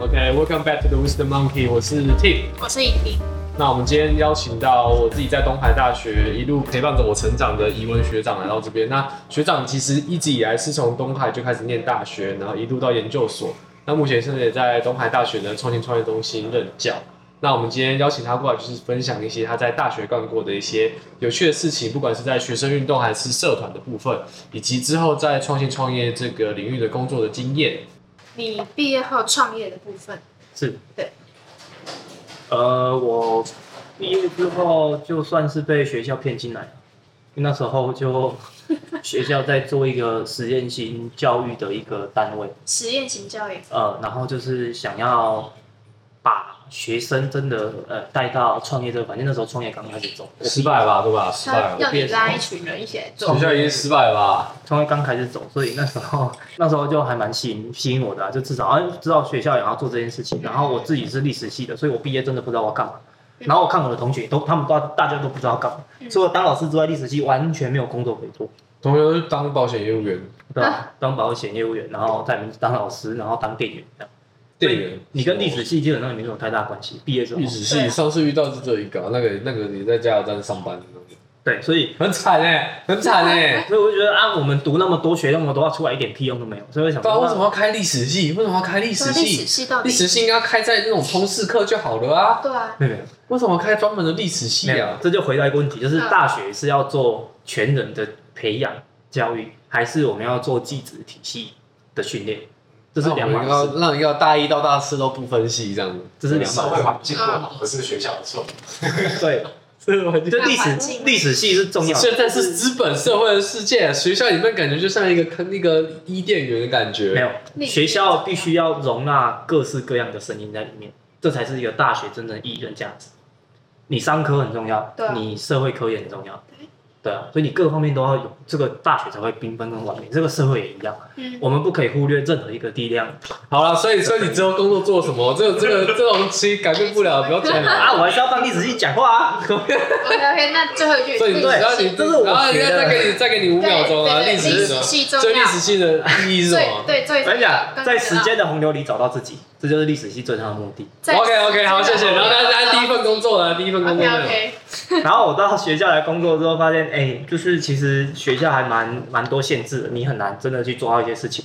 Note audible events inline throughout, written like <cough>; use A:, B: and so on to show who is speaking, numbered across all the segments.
A: OK，Welcome、back to the Wisdom Monkey，我是 Tim。
B: 我是影婷，
A: 那我们今天邀请到我自己在东海大学一路陪伴着我成长的怡文学长来到这边。那学长其实一直以来是从东海就开始念大学，然后一路到研究所。那目前甚至也在东海大学的创新创业中心任教。那我们今天邀请他过来，就是分享一些他在大学干过的一些有趣的事情，不管是在学生运动还是社团的部分，以及之后在创新创业这个领域的工作的经验。
B: 你毕业后创业的部分，
C: 是，
B: 对。
C: 呃，我毕业之后就算是被学校骗进来了，因为那时候就学校在做一个实验性教育的一个单位，
B: 实验型教育，
C: 呃，然后就是想要把学生真的呃带到创业这个，反正那时候创业刚开始走，
A: 失败吧，对吧？失败
B: 他
A: 了。
B: 要你拉一群人一起来做
A: 学，校已经失败了吧？
C: 创业刚开始走，所以那时候 <laughs> 那时候就还蛮吸引吸引我的、啊，就至少啊知道学校也要做这件事情。然后我自己是历史系的，所以我毕业真的不知道我要干嘛。然后我看我的同学都，他们都大家都不知道干嘛，除了当老师之外，历史系完全没有工作可以做，
A: 同学都是当保险业务员、
C: 对吧？当保险业务员，然后在里面当老师，然后当店员这样。
A: 店员。
C: 你跟历史系基本上也没什么太大关系。毕业之后
A: 历，史系上次遇到就只有一个啊、那个那个你在加油站上班的那个，
C: 对，所以
A: 很惨哎、很惨哎、 <laughs> 欸。
C: 所以我就觉得啊，我们读那么多学那么多，出来一点屁用都没有，所以我想
A: 对啊，
C: 说，
A: 为什么要开历史系？为什么要开历史
B: 说啊历史
A: 系？
B: 系到
A: 啊历
B: 底，
A: 史系应该开在那种通识课就好了啊，
B: 对啊，
C: 没有没有
A: 为什么开专门的历史系
C: 没有
A: 啊？
C: 这就回到一个问题，
B: 嗯
C: 就是大学是要做全人的培养教育，还是我们要做技职体系的训练？这是
A: 那
C: 两
A: 我
C: 码
A: 们要
C: 事，
A: 让要大一到大四都不分系这样子，
C: 这是两
D: 社
C: 码
D: 会
C: 事。
D: 环境不好不是学校的错，
C: 对，
B: <laughs>
A: 这
C: 就历
B: 大环境
C: 史历史系是重要的，
A: 现在是资本社会的世界，学校里面感觉就像一个坑，一个伊甸园的感觉。
C: 没有学校必须要容纳各式各样的声音在里面，这才是一个大学真正的意义跟价值。你商科很重要
B: 对啊，
C: 你社会科也很重要
B: 对，
C: 对啊，所以你各方面都要有，这个大学才会缤纷跟完美，这个社会也一样，啊
B: 嗯，
C: 我们不可以忽略任何一个力量
A: 好了，所以所以你之后工作做什么？这个这个这种东西改变不了，不要讲
C: 啊，
A: 了。
C: 我还是要帮历史系讲话啊。
B: OK OK，那最后一句，
A: 所以你
B: 历
A: 只
B: 史
A: 要
B: 系
A: 你，
C: 这是我
A: 然后
C: 学的
A: 再给你再给你五秒钟啊，
B: 对对对
A: 历史是什
B: 历史系
A: 么？
B: 重要
A: 最历史性的意义是什
B: 最
A: 么
B: 对最，
C: 我跟你讲，在时
B: 间
C: 间的洪流里找到自己，这就是历史系最大的目的。
A: ？OK OK，好，谢谢。然后大家第一份工作了，第一份工作
B: OK
A: 了。
B: OK，
C: 然后我到学校来工作之后，发现哎、就是其实学校还蛮蛮多限制的，你很难真的去做到一些事情。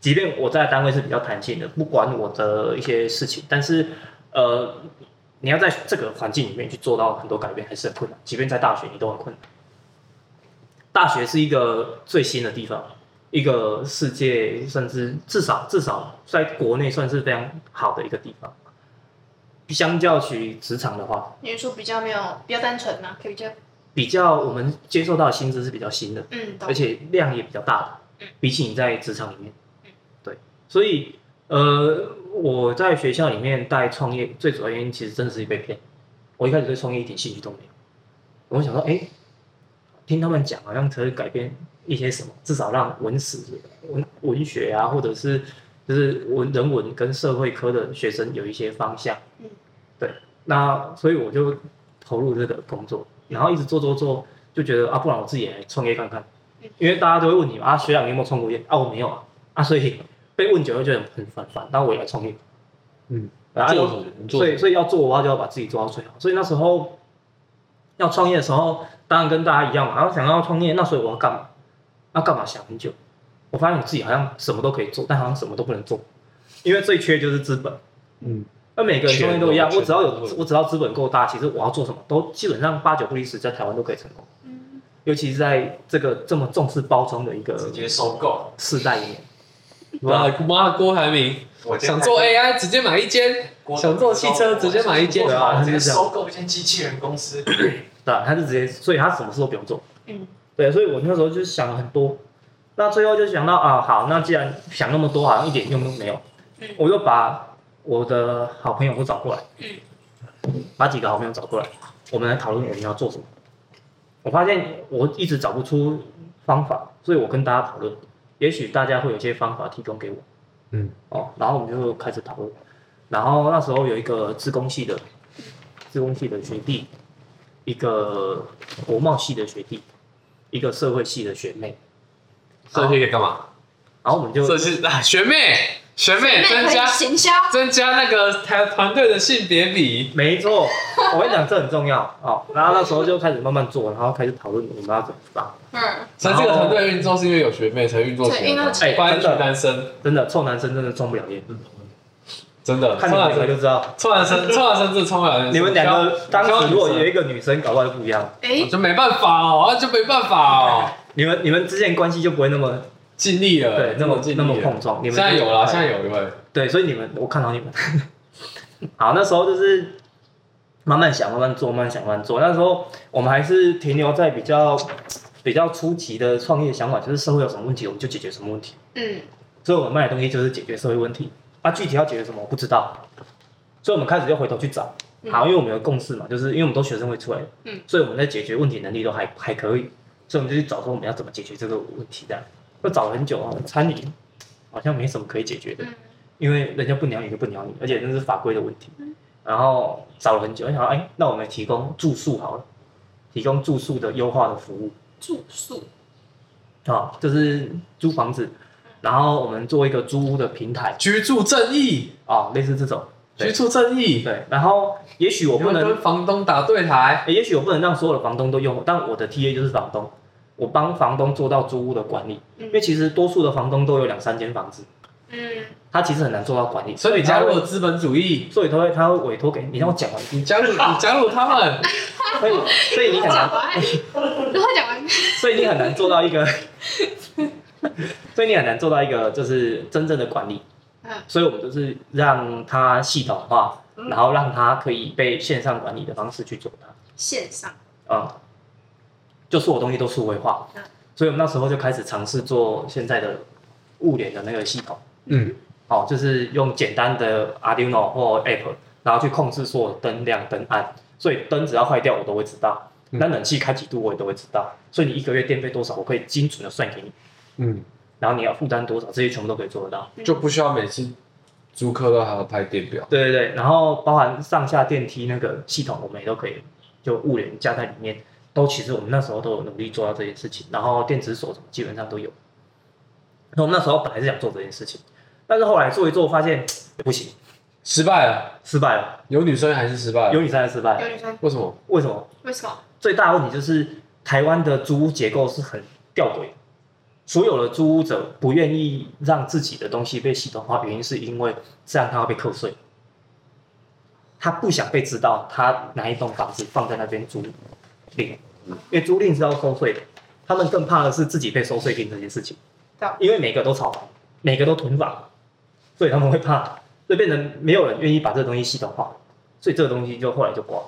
C: 即便我在单位是比较弹性的，不管我的一些事情，但是呃，你要在这个环境里面去做到很多改变，还是很困难。即便在大学，你都很困难。大学是一个最新的地方，一个世界甚至至少至少在国内算是非常好的一个地方。相较起职场的话，
B: 你说比较没有比较单纯嘛，可以比较，
C: 比较我们接受到的薪资是比较新的，
B: 嗯，懂
C: 而且量也比较大的
B: 嗯，
C: 比起你在职场里面
B: 嗯，
C: 对，所以呃，我在学校里面带创业，最主要原因其实真的是被骗。我一开始对创业一点兴趣都没有，我想说，哎、听他们讲好像可以改变一些什么，至少让文史、文文学啊，或者是就是文人文跟社会科的学生有一些方向。
B: 嗯，
C: 对，那所以我就投入这个工作，然后一直做做做，就觉得啊，不然我自己也来创业看看
B: 嗯，
C: 因为大家都会问你嘛，啊，学长你有没有创过业？啊，我没有啊，啊，所以被问久了就很很烦烦，那我也来创业。
A: 嗯，
C: 然后
A: 做什么你做
C: 所
A: 什
C: 以
A: 么
C: 所以要做的话，就要把自己做到最好。所以那时候要创业的时候，当然跟大家一样嘛，然啊后想要创业，那所以我要干嘛？要干嘛想很久。我发现我自己好像什么都可以做，但好像什么都不能做，因为最缺就是资本。
A: 嗯，
C: 那每个人创业都一样，
A: 全都
C: 我只要有
A: 全都
C: 我只要资本够大，其实我要做什么都基本上八九不离十，在台湾都可以成功。
B: 嗯，
C: 尤其是在这个这么重视包装的一个
D: 直接收购。
C: 世代里面，
A: 妈妈，郭台铭
D: 我今天
A: 想做 AI，直接买一间；
D: 郭董
A: 想做汽车，直接买一间
C: 对。啊
D: 直接收购一间机器人公司。
C: 对吧、他就直接，所以他什么事都不用做。
B: 嗯，
C: 对，所以我那时候就想了很多，那最后就想到啊，好，那既然想那么多，好像一点用都没有，
B: 嗯
C: 我就把我的好朋友都找过来，
B: 嗯
C: 把几个好朋友找过来，我们来讨论我们要做什么。我发现我一直找不出方法，所以我跟大家讨论，也许大家会有些方法提供给我，
A: 嗯，
C: 哦，然后我们就开始讨论，然后那时候有一个自工系的，自工系的学弟，一个国贸系的学弟，一个社会系的学妹，
A: 这些可以干嘛？
C: 然后我们就
A: 这是啊学妹，学妹增
B: 可以
A: 加 <laughs>
B: 行销，
A: 增加那个团团队的性别比，
C: 没错，我跟你讲，这很重要哦。然后那时候就开始慢慢做，然后开始讨论我们要怎么办。
B: 嗯，
A: 所以这个团队运作是因为有学妹才运作起
B: 对运
A: 来
B: 作
A: 的
B: 起，
C: 来
A: 不然一群
C: 哎真的
A: 男生
C: 真的，臭男生真的冲不了烟，
A: 真的，
C: 看
A: 臭
C: 你
A: 男
C: 们两个
A: 生
C: 就知道。
A: 臭男
B: <laughs>
A: 生臭男生是冲了，
C: 你们两个
A: 挑
C: 当时如果
A: 挑女
C: 有
A: 生
C: 一个女生，搞不好就不一样。
A: 我
B: 哎，
A: 就没办法哦，啊就没办法哦，
C: 你们你们之间关系就不会那么
A: 尽力了，
C: 对那么
A: 尽力
C: 那
A: 了
C: 么碰撞。你们哎
A: 现在有了，现
C: 在
A: 在有一位，
C: 对，所以你们我看好你们。 <laughs> 好，那时候就是慢慢想，慢慢做，慢慢想，慢慢做。那时候我们还是停留在比较比较初级的创业想法，就是社会有什么问题，我们就解决什么问题。
B: 嗯，
C: 所以我们卖的东西就是解决社会问题。啊，具体要解决什么我不知道，所以我们开始就回头去找。
B: 嗯
C: 好，因为我们有共识嘛，就是因为我们都学生会出来的，
B: 嗯，
C: 所以我们在解决问题能力都还还可以，所以我们就去找说我们要怎么解决这个问题的。就找了很久啊，餐饮好像没什么可以解决的，
B: 嗯
C: 因为人家不鸟你就不鸟你，而且那是法规的问题。然后找了很久，我想哎，那我们提供住宿好了，提供住宿的优化的服务。
B: 住宿，
C: 啊，就是租房子，然后我们做一个租屋的平台
A: 居住正义，
C: 啊，类似这种。
A: 居
C: 对
A: 住正义，
C: 对，然后也许我
A: 我
C: 不能，哎
A: 跟房东打对台，
C: 诶也许我不能让所有的房东都用，但我的 TA 就是房东，我帮房东做到租屋的管理，因为
B: 嗯
C: 其实多数的房东都有两三间房子，
A: <laughs>
B: 嗯，
C: 他其实很难做到管理，
A: 所以你
C: 他
A: 加入
C: 会
A: 了资本主义，
C: 所以他会他会委托给你，让我讲完，
A: 你加入你加入他
B: <laughs>
A: 们，
C: 所以所以你很
B: 讲
C: 难，
B: 完，然后讲完， <laughs>
C: 所以你很难做到一个，所以你很难做到一个就是真正的管理。
B: 嗯
C: 所以我们就是让它系统化，
B: 嗯
C: 然后让它可以被线上管理的方式去做它，
B: 线上，
C: 啊、就所有东西都数位化
B: 嗯。
C: 所以我们那时候就开始尝试做现在的物联的那个系统，
A: 嗯，
C: 哦，就是用简单的 Arduino 或 App，然后去控制所有灯亮、灯暗，所以灯只要坏掉我都会知道，
A: 嗯
C: 那冷气开几度我也都会知道，所以你一个月电费多少，我可以精准的算给你，
A: 嗯，
C: 然后你要负担多少，这些全部都可以做得到。
B: 嗯
A: 就不需要每次租客都还要拍电表，
C: 对对对，然后包含上下电梯那个系统，我们也都可以就物联加在里面，都其实我们那时候都有努力做到这件事情，然后电子锁什么基本上都有。那我们那时候本来是想做这件事情，但是后来做一做发现不行，
A: 失败了，
C: 失败了，
A: 有女生还是失败
C: 有
A: 了，
C: 女生还失败
B: 有
C: 了。
B: 女生，
A: 为什么？
C: 为什么？
B: 为什么？
C: 最大的问题就是台湾的租屋结构是很吊诡的，所有的租屋者不愿意让自己的东西被系统化，原因是因为这样他会被扣税，他不想被知道他哪一栋房子放在那边租赁，因为租赁是要收税的，他们更怕的是自己被收税金这件事情
B: 对，
C: 因为每个都炒房，每个都囤房，所以他们会怕，所以变成没有人愿意把这个东西系统化，所以这个东西就后来就挂了。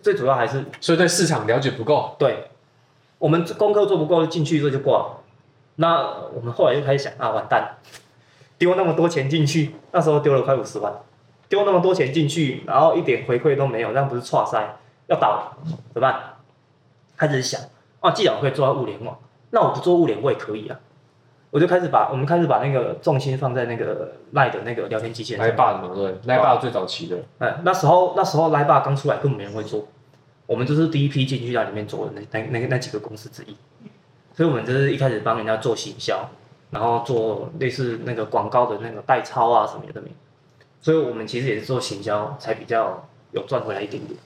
C: 最主要还是
A: 所以对市场了解不够，
C: 对，我们功课做不够，进去这就挂了。那我们后来就开始想啊，完蛋，丢那么多钱进去，那时候丢了快五十万，丢那么多钱进去，然后一点回馈都没有，那不是错塞，要倒了，怎么办？开始想，哦、既然我可以做到物联网，那我不做物联我也可以啊。我就开始把我们开始把那个重心放在那个赖的那个聊天机器人上
A: 来
C: 面
A: 爸的嘛，对，来爸最早期的，
C: 哎，那时候那时候 l i v 刚出来，根本没人会做，我们就是第一批进去在里面做的那那那那几个公司之一，所以我们就是一开始帮人家做行销，然后做类似那个广告的那个代抄啊什么的，所以我们其实也是做行销才比较有赚回来一点点。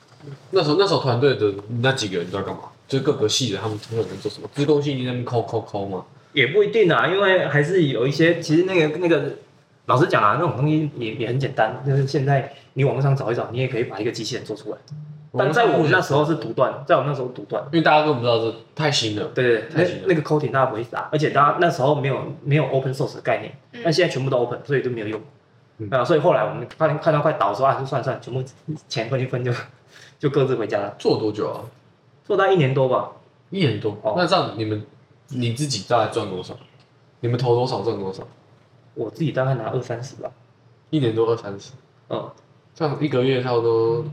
A: 那时候那时候团队的那几个人都在干嘛？就各个系的他们团队在做什么？自贡系你在那边抠抠抠嘛，
C: 也不一定啊，因为还是有一些，其实那个那个，老实讲啊，那种东西也也很简单，就是现在你网络上找一找，你也可以把一个机器人做出来。但在我们那时候是独断，在我们那时候独断，
A: 因为大家都不知道这太新了，
C: 对
A: 太
C: 对
A: 新了
C: 那那个 coding 大家不会打，而且大家那时候没有没有 open source 的概念，
B: 嗯
C: 但现在全部都 open，所以就没有用。
A: 嗯
C: 啊，所以后来我们看看到快倒的时候，啊，就算了算了，全部钱分一分就就各自回家了，
A: 做多久啊？
C: 做到一年多吧。
A: 一年多。
C: 哦
A: 那这样你们你自己大概赚多少？你们投多少赚多少？
C: 我自己大概拿二三十吧，
A: 一年多二三十，
C: 嗯，
A: 这样一个月差不多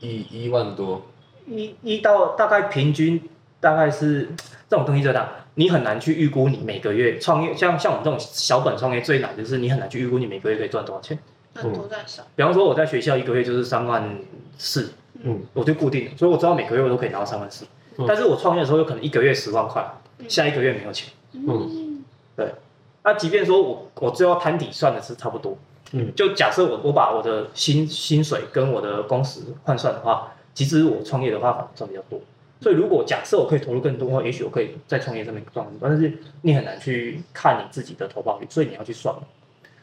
A: 一一万多。
C: 一一到大概平均大概是这种东西就大，你很难去预估你每个月创业，像像我们这种小本创业最难就是你很难去预估你每个月可以赚多少钱。
B: 赚
A: 嗯
B: 多赚少，
C: 比方说我在学校一个月就是三万四，
A: 嗯，
C: 我就固定了，所以我知道每个月我都可以拿到三万四、
A: 嗯
C: 但是我创业的时候有可能一个月十万块，
B: 嗯
C: 下一个月没有钱，
A: 嗯
B: 嗯，
C: 对，那即便说我我最后摊底算的是差不多，
A: 嗯，
C: 就假设我我把我的薪薪水跟我的工时换算的话，其实我创业的话反而赚比较多。所以如果假设我可以投入更多的话，也许我可以在创业上面赚更多，但是你很难去看你自己的投报率，所以你要去算。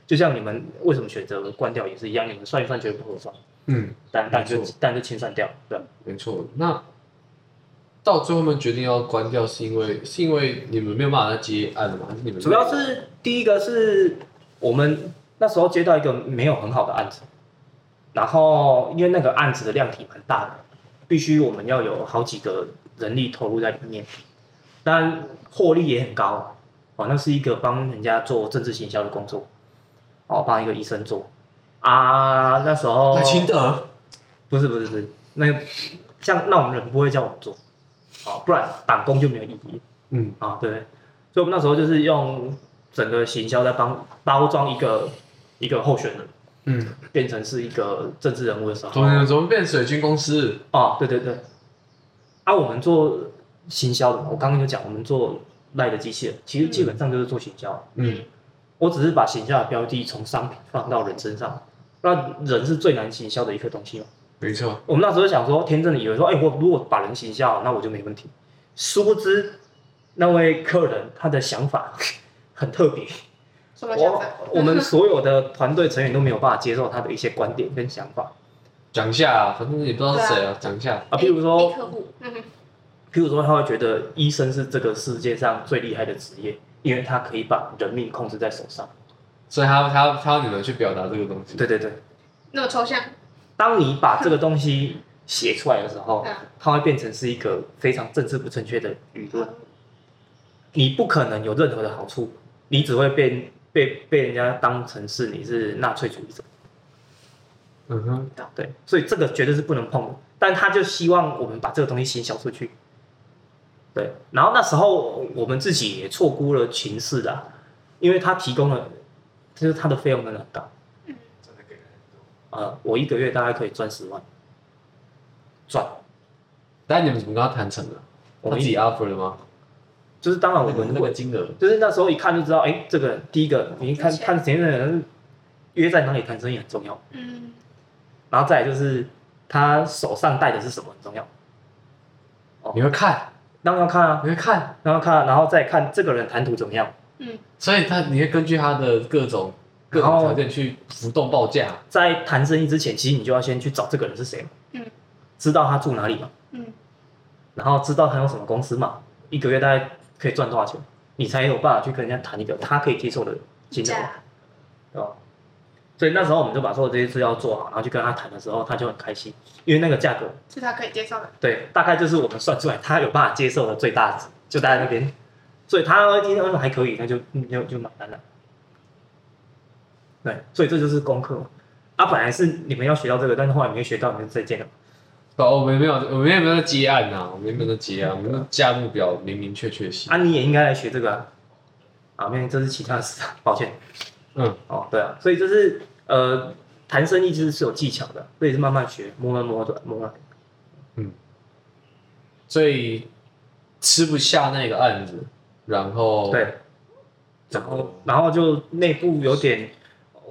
C: 就像你们为什么选择关掉也是一样，你们算一算觉得不合算，
A: 嗯，
C: 但但就
A: 没错
C: 但就清算掉，对吧？
A: 没错。那到最后面决定要关掉，是因为是因为你们没有办法再接案了吗？还是你们
C: 主要是第一个是我们那时候接到一个没有很好的案子，然后因为那个案子的量体蛮大的，必须我们要有好几个人力投入在里面，当然获利也很高哦，那是一个帮人家做政治行销的工作，哦，帮一个医生做啊，那时候
A: 赖清德
C: 不是不是不是，那个像那种人不会叫我们做，哦，不然党工就没有意义。
A: 嗯
C: 啊，对，所以我们那时候就是用整个行销在帮包装一个一个候选人，
A: 嗯，
C: 变成是一个政治人物的时
A: 怎
C: 候，
A: 么怎么变水军公司？
C: 啊，对对对，啊，我们做行销的嘛，我刚刚有讲，我们做赖的机器人，其实基本上就是做行销，
A: 嗯
C: 我只是把行销的标的从商品放到人身上，那人是最难行销的一个东西嘛。
A: 没错，
C: 我们那时候想说，天真的以为说，哎、我如果把人行销好，那我就没问题。殊不知，那位客人他的想法 <laughs> 很特别，
B: 什么想
C: 我
B: 法？
C: 我们所有的团队成员都没有办法接受他的一些观点跟想法
A: 讲一下啊，反正也不知道是谁啊，讲一下。
B: 哎
C: 啊，譬如说，
B: 客户，嗯哼，
C: 譬如说，他会觉得医生是这个世界上最厉害的职业，因为他可以把人命控制在手上。
A: 所以他他他要你们去表达这个东西。
C: 对对对，
B: 那么抽象，
C: 当你把这个东西写出来的时候
B: 嗯，
C: 它会变成是一个非常政治不正确的舆论。
B: 嗯
C: 你不可能有任何的好处，你只会被被被人家当成是你是纳粹主义者，
A: 嗯哼，
C: 对，所以这个绝对是不能碰的。但他就希望我们把这个东西行销出去，对。然后那时候我们自己也错估了情势啦，因为他提供了，就是他的费用真的很高，
D: 真的给人很多。
C: 呃，我一个月大概可以赚十万，赚。
A: 但你们怎么跟他谈成的？
C: 我
A: 他
C: 们
A: 自己 offer 了吗？
C: 就是当然我
A: 那个
C: 们
A: 那
C: 我
A: 个金额，
C: 就是那时候一看就知道，哎、这个人第一个你看
B: 有钱
C: 看谁的人约在哪里谈生意很重要。
B: 嗯，
C: 然后再来就是他手上戴的是什么很重要，
A: 你会看，
C: 当然要看啊，
A: 你会看，
C: 当然要看、啊，然后再看这个人谈吐怎么样，
B: 嗯，
A: 所以他你会根据他的各种各种
C: 然后
A: 条件去浮动报价。
C: 在谈生意之前，其实你就要先去找这个人是谁嘛，
B: 嗯，
C: 知道他住哪里嘛，
B: 嗯，
C: 然后知道他用什么公司嘛，一个月大概可以赚多少钱，你才有办法去跟人家谈一个他可以接受的金额，
B: 价，
C: 对吧？所以那时候我们就把所有这些资料做好，然后去跟他谈的时候，他就很开心，因为那个价格，
B: 是他可以接受的，
C: 对，大概就是我们算出来他有办法接受的最大值，就在那边，所以他今天还可以，那就嗯就就买单了。对，所以这就是功课。啊，本来是你们要学到这个，但是后来没学到，你们就再见了。
A: 哦，我们没有，我们也没有在接案啊呐，我们也没有在接案，我们的价目表明明确确写。
C: 啊，你也应该来学这个啊。啊，没有，这是其他的事，啊抱歉。
A: 嗯，
C: 哦，对啊，所以就是呃，谈生意其实是有技巧的，这也是慢慢学，啊摸来摸的摸来。
A: 所以吃不下那个案子，然后
C: 对，然后然后就内部有点，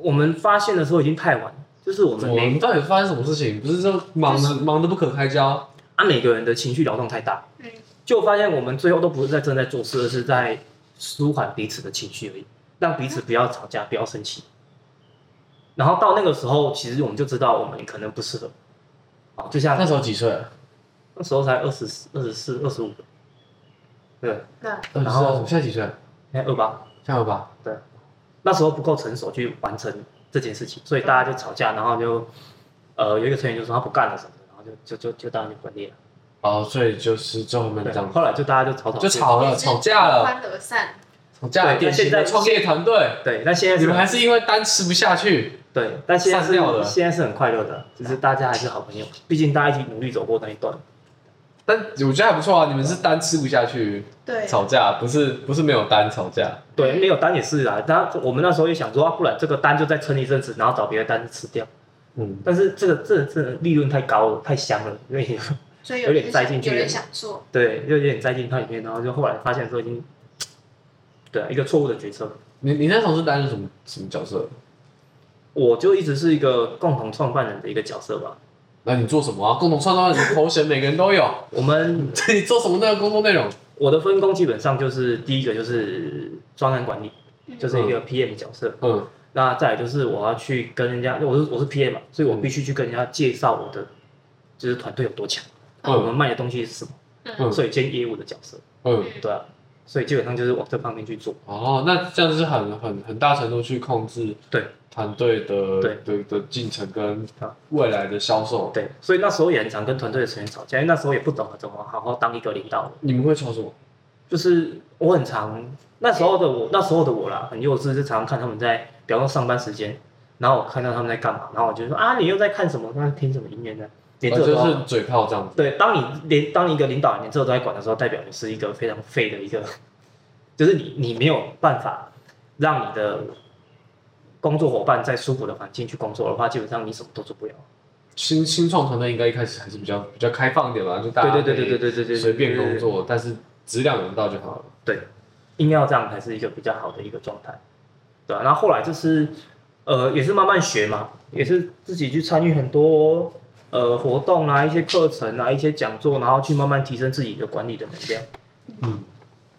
C: 我们发现的时候已经太晚了，就是我
A: 怎
C: 们
A: 么？
C: 每
A: 你到底发生什么事情？不是说忙的忙的不可开交？
C: 啊，每个人的情绪劳动太大，
B: 嗯，
C: 就发现我们最后都不是在正在做事，而是在舒缓彼此的情绪而已，让彼此不要吵架，不要生气。然后到那个时候，其实我们就知道我们可能不适合。啊，就像
A: 那时候几岁啊？
C: 那时候才二十二十四、二十五，对，
B: 那
A: 二十
C: 然后
A: 岁，现在几岁？啊
C: 现在二八，
A: 这样了吧？
C: 那时候不够成熟去完成这件事情，所以大家就吵架，然后就呃有一个成员就说他不干了什么的，然后就就就就当然就分裂了。
A: 哦，所以就是最后面这
C: 对，啊
A: 样，
C: 后来就大家就吵吵
A: 就
C: 架
A: 吵了，
B: 也是
A: 吵架了，
B: 欢而散，
A: 吵架了，
C: 对
A: 典型
C: 那
A: 的
C: 现在
A: 创业团队，
C: 对，那现在
A: 你
C: 是
A: 们还是因为单吃不下去，
C: 对，但现在
A: 散
C: 是
A: 掉了
C: 现在是很快乐的，就是大家还是好朋友，毕竟大家一起努力走过那一段。
A: 但我觉得还不错啊，你们是单吃不下去
B: 对，
A: 吵架，不是不是没有单吵架，
C: 对，没有单也是啊，当我们那时候也想说，啊不然这个单就再撑一阵子，然后找别的单吃掉。
A: 嗯，
C: 但是这个这个这个利润太高了，太香
A: <laughs>
C: 了，因为
B: 所以
C: 有点
B: 人
C: 栽
B: 想
C: 进去
B: 有
C: 了
B: 人想做，
C: 对，就有点栽进它里面，然后就后来发现说已经，对啊，一个错误的决策。
A: 你你那时候是担任什么什么角色？
C: 我就一直是一个共同创办人的一个角色吧。
A: 那你做什么啊？共同创造你的头衔，每个人都有。 <laughs>
C: 我们
A: 你做什么那个工作内容？
C: 我的分工基本上就是第一个就是专案管理，就是一个 PM 角色。
A: 嗯
C: 那再来就是我要去跟人家，我是我是 PM 嘛，所以我必须去跟人家介绍我的就是团队有多强，我
A: 嗯
C: 们卖的东西是什么，
A: 嗯
C: 所以兼业务的角色，
A: 嗯。
C: 对啊，所以基本上就是往这方面去做。
A: 哦，那这样是很很很大程度去控制
C: 对
A: 团队的
C: 对
A: 的的进程跟
C: 啊
A: 未来的销售。
C: 对，所以那时候也很常跟团队的成员吵架，因为那时候也不懂得怎么好好当一个领导人。
A: 你们会操什么？
C: 就是我很常那时候的我，那时候的我啦，很幼稚，就常常看他们在，比方说上班时间，然后我看到他们在干嘛，然后我就说啊，你又在看什么？那听什么音乐呢？连
A: 哦
C: 这个都
A: 就
C: 要
A: 是嘴炮这样子。
C: 对，当你连当一个领导人连这个都在管的时候，代表你是一个非常废的一个，就是你你没有办法让你的工作伙伴在舒服的环境去工作的话，基本上你什么都做不了。
A: 新新创团队应该一开始还是比较比较开放一点吧，就大家
C: 对对对对
A: 可以
C: 对对对对，
A: 随便工，作，但是质量有到就好了。
C: 对，硬要这样才是一个比较好的一个状态，对啊，然后后来就是呃，也是慢慢学嘛，也是自己去参与很多呃活动啊、一些课程啊、一些讲座，然后去慢慢提升自己的管理的能量，
A: 嗯，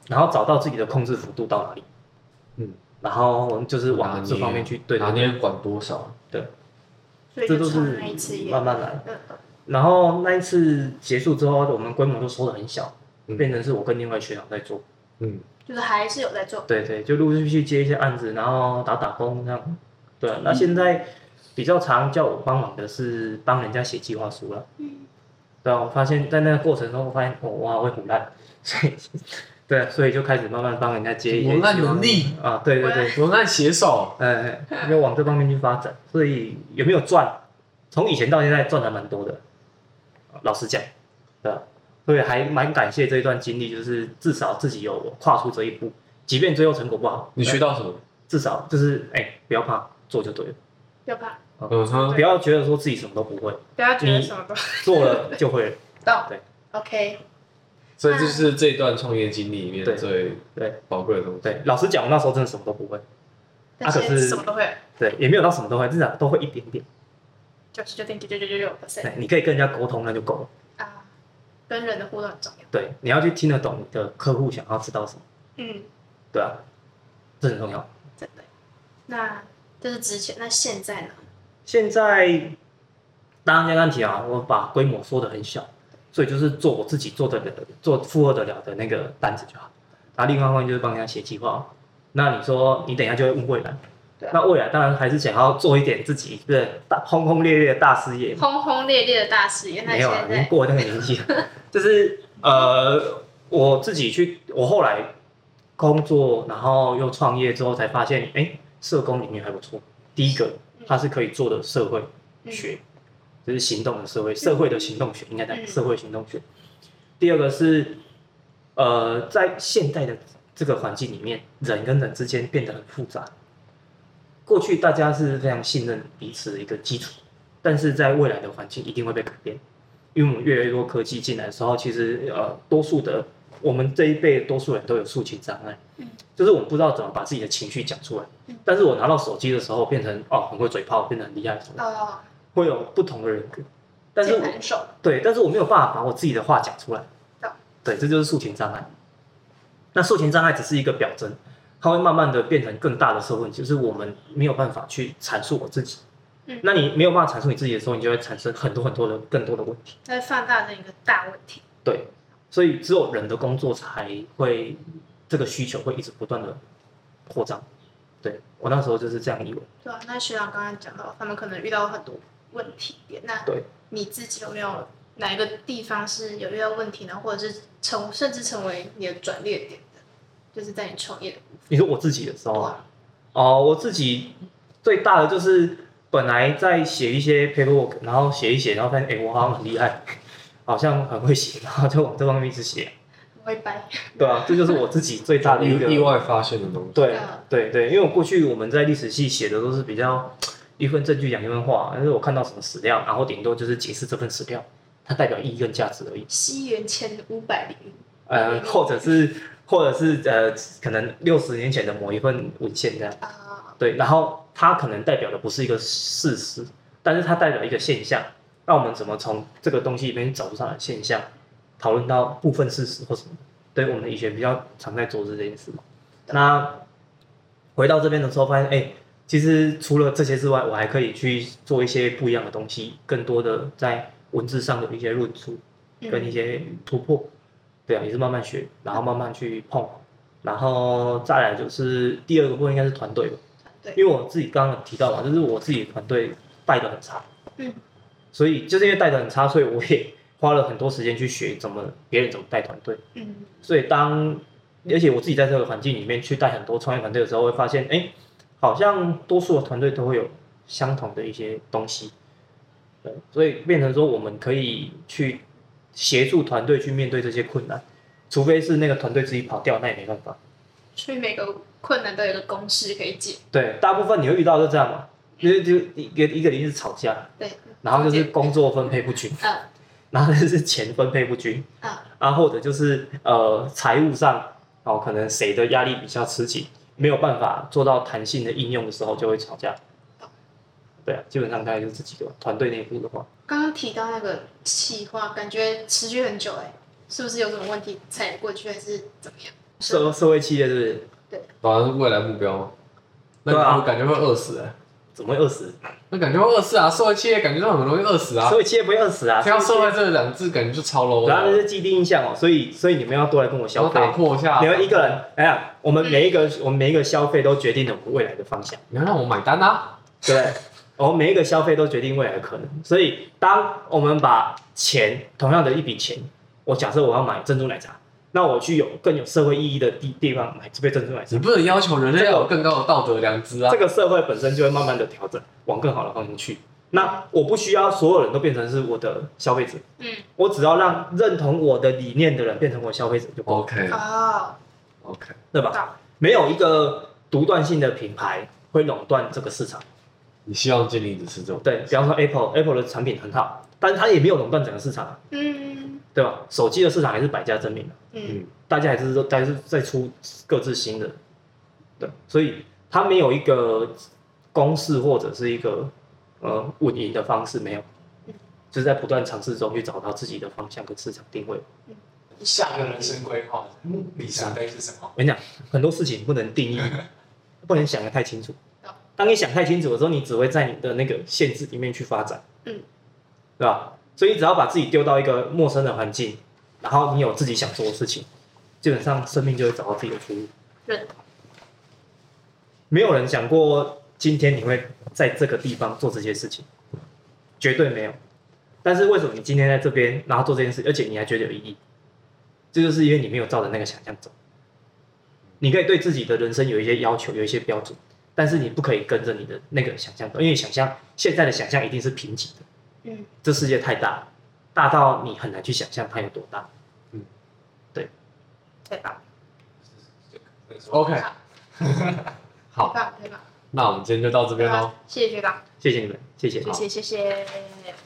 C: 然后找到自己的控制幅度到哪里，
A: 嗯，
C: 然后就是往这方面去对
A: 拿捏管多少？
B: 所以
C: 这
B: 就
C: 都
B: 从
C: 是
B: 那一次也
C: 慢慢来。
B: 嗯
C: 然后那一次结束之后，我们规模就缩的很小，
A: 嗯
C: 变成是我跟另外学长在做。
A: 嗯，
B: 就是还是有在做，
C: 对对，就陆陆续续接一些案子，然后打打工这样。对啊，那现在比较常叫我帮忙的是帮人家写计划书了。
B: 嗯，
C: 对啊，我发现在那个过程中，我发现我哇会胡乱，所以 <laughs> 对啊，所以就开始慢慢帮人家接一些
A: 文案
C: 计划书
A: 能力
C: 啊，对对对，
A: 文案写手，
C: 呃，要往这方面去发展，所以有没有赚？从以前到现在赚的蛮多的，老实讲，对啊，所以还蛮感谢这一段经历，就是至少自己有跨出这一步，即便最后成果不好，
A: 你学到什么？
C: 至少就是哎、不要怕，做就对了，
B: 不要怕，
A: 嗯哼，
C: 不要觉得说自己什么都不会，
B: 不要觉得
C: 你
B: 什么都
C: 做了就会了。
B: 懂。
C: 对
B: ，OK，
A: 所以这就是这一段创业经历里面
C: 对
A: 最
C: 对
A: 宝贵的东西。
C: 对，老实讲，我那时候真的什么都不会，
B: 但
C: 可是
B: 什么都会，
C: 对，也没有到什么都会，至少都会一点点。
B: 九十九点九九九九九 percent
C: 哎，你可以跟人家沟通，那就够了。
B: 啊，跟人的互动很重要。
C: 对，你要去听得懂你的客户想要知道什么，
B: 嗯，
C: 对啊，这很重要。
B: 真的。那这是之前，那现在呢？
C: 现在，当然刚刚提啊，我把规模缩得很小，所以就是做我自己做得了、做负荷得了的那个单子就好。然后另外一方面就是帮人家写计划。那你说你等一下就会问未来
B: 对啊，
C: 那未来当然还是想要做一点自己的大轰轰烈烈的大事业。
B: 轰轰烈烈的大事业，那
C: 没有啊
B: 现，
C: 已
B: 在
C: 经过了那个年纪了， <laughs> 就是呃，我自己去，我后来工作，然后又创业之后，才发现，哎，社工领域还不错。第一个，它是可以做的社会学，就是行动的社会，社会的行动学应该讲
B: 嗯
C: 社会行动学。第二个是，呃，在现代的这个环境里面，人跟人之间变得很复杂。过去大家是非常信任彼此的一个基础，但是在未来的环境一定会被改变，因为我们越来越多科技进来的时候，其实呃，多数的我们这一辈多数人都有诉情障碍，
B: 嗯
C: 就是我们不知道怎么把自己的情绪讲出来。
B: 嗯
C: 但是我拿到手机的时候，变成哦，很会嘴炮，变得很厉害什么的，
B: 哦，
C: 会有不同的人格。但是
B: 键
C: 我
B: 盘手，
C: 对，但是我没有办法把我自己的话讲出来
B: 懂。
C: 对，这就是诉情障碍。那诉情障碍只是一个表征，它会慢慢的变成更大的社会问题，就是我们没有办法去阐述我自己。
B: 嗯
C: 那你没有办法阐述你自己的时候，你就会产生很多很多的更多的问题。
B: 它会放大成一个大问题。
C: 对，所以只有人的工作才会这个需求会一直不断的扩张。对我那时候就是这样以为。
B: 对啊，那学长刚刚讲到，他们可能遇到很多问题点，那
C: 对
B: 你自己有没有哪一个地方是有遇到问题呢？或者是成甚至成为你的转捩点的，就是在你创业的部
C: 你说我自己的时候
B: 分。
C: 啊，哦，我自己最大的就是本来在写一些 paperwork，然后写一写，然后发现哎、诶我好像很厉害， <laughs> 好像很会写，然后就往这方面一直写。
B: 我会掰，
C: 对啊，这就是我自己最大
A: <laughs>
C: 的一个
A: 意意外发现的东西。
C: 对
B: 嗯
C: 对对，因为我过去我们在历史系写的都是比较一份证据两份话，但是我看到什么史料，然后顶多就是解释这份史料它代表意义跟价值而已。
B: 西元前五百零
C: 呃，或者是或者是呃，可能六十年前的某一份文献这样。
B: 啊，
C: 对，然后它可能代表的不是一个事实，但是它代表一个现象。那我们怎么从这个东西里面找出它的现象，讨论到部分事实或什么？对，我们的医学比较常在做这件事嘛。那回到这边的时候，发现哎，其实除了这些之外，我还可以去做一些不一样的东西，更多的在文字上的一些论述跟一些突破。对啊，也是慢慢学，然后慢慢去碰，然后再来就是第二个部分应该是团队吧。因为我自己刚刚有提到嘛，就是我自己团队带的很差，
B: 嗯，
C: 所以就是因为带的很差，所以我也花了很多时间去学怎么别人怎么带团队。
B: 嗯
C: 所以当而且我自己在这个环境里面去带很多创业团队的时候，会发现，哎，好像多数的团队都会有相同的一些东西，对，所以变成说我们可以去协助团队去面对这些困难，除非是那个团队自己跑掉，那也没办法。
B: 所以每个困难都有一个公式可以解。
C: 对，大部分你会遇到就这样嘛，就是就一个一个一定是吵架，
B: 对，
C: 然后就是工作分配不均，
B: 嗯
C: 然后就是钱分配不均，
B: 嗯
C: 然后或者就是呃财务上哦，可能谁的压力比较吃紧，没有办法做到弹性的应用的时候，就会吵架。对啊，基本上大概就是这几个团队内部的话，
B: 刚刚提到那个企划，感觉持续很久哎、是不是有什么问题才过去，还是怎么样？
C: 社社会企业是不是
A: 反正是未来目标嘛。那
C: 对啊
A: 我感觉会饿死哎、
C: 怎么会饿死？
A: 那感觉会饿死啊！社会企业感觉都很容易饿死啊
C: 社。会企业不会饿死啊，
A: 听到“
C: 社
A: 社会
C: 会”
A: 这两字，感觉就超 low
C: 主要就
A: 的。
C: 是既定印象哦，所以所以你们要多来跟我
A: 然
C: 消
A: 后
C: 费。
A: 打破一下，
C: 你们一个人，哎呀，我们每一个、我们每一个消费都决定了我们未来的
A: <laughs>
C: 方向。
A: 你要让我买单啊！
C: 对不对，我们每一个消费都决定未来的可能。所以，当我们把钱同样的一笔钱，我假设我要买珍珠奶茶，那我去有更有社会意义的地地方买这杯珍珠奶茶
A: 你，不能要求人类要有更高的道德良知啊
C: 这！个社会本身就会慢慢的调整，往更好的方向去。那我不需要所有人都变成是我的消费者，
B: 嗯，
C: 我只要让认同我的理念的人变成我的消费者就够了，
A: OK
B: 哦，
A: OK，
C: 对吧？
B: 到
C: 没有一个独断性的品牌会垄断这个市场。
A: 你希望建立的是这种
C: 对，比方说 Apple，Apple 的产品很好，但是它也没有垄断整个市场啊。
B: 嗯
C: 对吧？手机的市场还是百家争鸣的，
B: 嗯
C: 大家还是都还是在出各自新的，对，所以它没有一个公式或者是一个呃稳赢的方式，没有
B: 嗯，
C: 就是在不断尝试中去找到自己的方向跟市场定位。
D: 下个人生规划，嗯理想类是什么？
C: 我跟你讲，很多事情不能定义，不能想得太清楚
B: 好。
C: 当你想太清楚的时候，你只会在你的那个限制里面去发展，
B: 嗯，
C: 对吧？所以只要把自己丢到一个陌生的环境，然后你有自己想做的事情，基本上生命就会找到自己的出路。
B: 认同，
C: 没有人想过今天你会在这个地方做这些事情，绝对没有。但是为什么你今天在这边，然后做这件事，而且你还觉得有意义？这就是因为你没有照着那个想象走。你可以对自己的人生有一些要求，有一些标准，但是你不可以跟着你的那个想象走，因为想象现在的想象一定是贫瘠的。
B: 嗯
C: 这世界太大了，大到你很难去想象它有多大。
B: 太棒了，
A: OK， <laughs>
B: 太
A: 好，
B: 棒了，太棒了，
A: 那我们今天就到这边喽。
B: 谢谢学长，
C: 谢谢你们，谢谢。
B: 谢谢谢谢。